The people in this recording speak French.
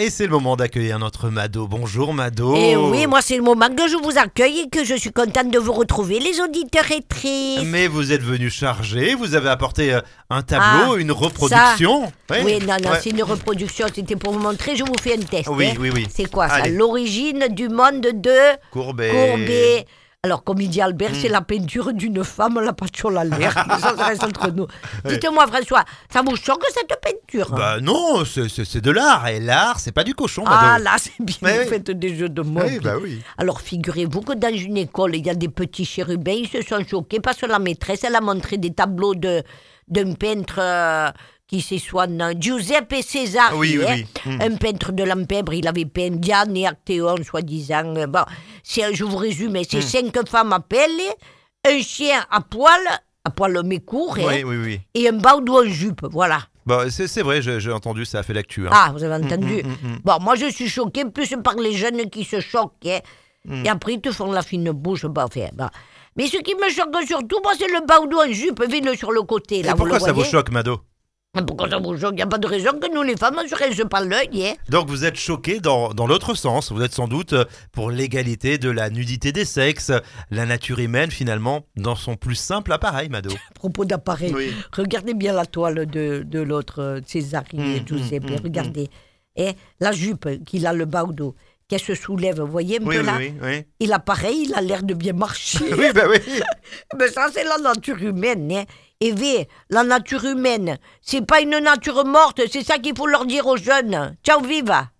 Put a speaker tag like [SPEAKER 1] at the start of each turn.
[SPEAKER 1] Et c'est le moment d'accueillir notre Mado. Bonjour Mado.
[SPEAKER 2] Eh oui, moi c'est le moment que je vous accueille et que je suis contente de vous retrouver, les auditeurs et tristes.
[SPEAKER 1] Mais vous êtes venu chargé, vous avez apporté euh, un tableau,
[SPEAKER 2] Ah,
[SPEAKER 1] une reproduction.
[SPEAKER 2] Oui, non, non,
[SPEAKER 1] Ouais.
[SPEAKER 2] c'est une reproduction, c'était pour vous montrer, je vous fais un test.
[SPEAKER 1] Oui,
[SPEAKER 2] hein.
[SPEAKER 1] oui, oui.
[SPEAKER 2] C'est quoi ça
[SPEAKER 1] Allez. Euh.
[SPEAKER 2] L'origine du monde de
[SPEAKER 1] Courbet.
[SPEAKER 2] Courbet. Alors, comme il dit
[SPEAKER 1] Mm.
[SPEAKER 2] Albert, c'est la peinture d'une femme, la passion l'Albert. ça ça reste entre nous. Dites-moi, François, ça vous choque cette peinture
[SPEAKER 1] Bah non, c'est- c'est c'est de l'art. Et l'art, c'est pas du cochon,
[SPEAKER 2] Ah
[SPEAKER 1] Mado.
[SPEAKER 2] là, c'est bien,
[SPEAKER 1] Ouais,
[SPEAKER 2] vous
[SPEAKER 1] ouais.
[SPEAKER 2] faites des jeux de mots.
[SPEAKER 1] Oui, bah oui.
[SPEAKER 2] Alors figurez-vous que dans une école, il y a des petits chérubins, ils se sont choqués parce que la maîtresse, elle a montré des tableaux de d'un peintre euh, qui c'est soit un Giuseppe César,
[SPEAKER 1] Oui, Hmm. oui, oui.
[SPEAKER 2] un peintre de l'Empèbre, il avait peint Diane et Actéon, soi-disant. Euh, Bon, c'est- je vous résume, hein, c'est
[SPEAKER 1] Hmm.
[SPEAKER 2] cinq femmes à pelle, un chien à poil, à poil mais court, hein,
[SPEAKER 1] Oui, oui, oui.
[SPEAKER 2] et un baudou en jupe, voilà.
[SPEAKER 1] Bah, c'est c'est vrai, j'ai j'ai entendu, ça a fait l'actu. hein. mm,
[SPEAKER 2] Ah, vous avez entendu. Bon, moi, je suis choquée plus par les jeunes qui se choquent. hein.
[SPEAKER 1] Hmm.
[SPEAKER 2] Et après, ils te font la fine bouche. Bah, enfin, bah. Mais ce qui me choque surtout, moi, c'est le baudou en jupe, vine sur le côté. Là,
[SPEAKER 1] Et
[SPEAKER 2] vous le
[SPEAKER 1] pourquoi ça vous
[SPEAKER 2] voyez
[SPEAKER 1] choque, Mado
[SPEAKER 2] Pourquoi ça vous choque Il n'y a pas de raison que nous, les femmes, on se rince pas l'œil. hein.
[SPEAKER 1] Donc vous êtes choqué dans, dans l'autre sens. Vous êtes sans doute euh, pour l'égalité de la nudité des sexes, la nature humaine finalement dans son plus simple appareil, Mado.
[SPEAKER 2] À propos d'appareil,
[SPEAKER 1] Oui.
[SPEAKER 2] regardez bien la toile de, de l'autre, euh, César et
[SPEAKER 1] Mm,
[SPEAKER 2] Giuseppe.
[SPEAKER 1] mm, mm,
[SPEAKER 2] regardez. Et la jupe qu'il a, le baudou, qu'elle se soulève, vous voyez un peu là
[SPEAKER 1] oui, oui.
[SPEAKER 2] Et l'appareil, il a l'air de bien marcher.
[SPEAKER 1] Oui, bah oui.
[SPEAKER 2] Mais ça, c'est la nature humaine. Hein. Et V, la nature humaine, c'est pas une nature morte, c'est ça qu'il faut leur dire aux jeunes. Ciao, viva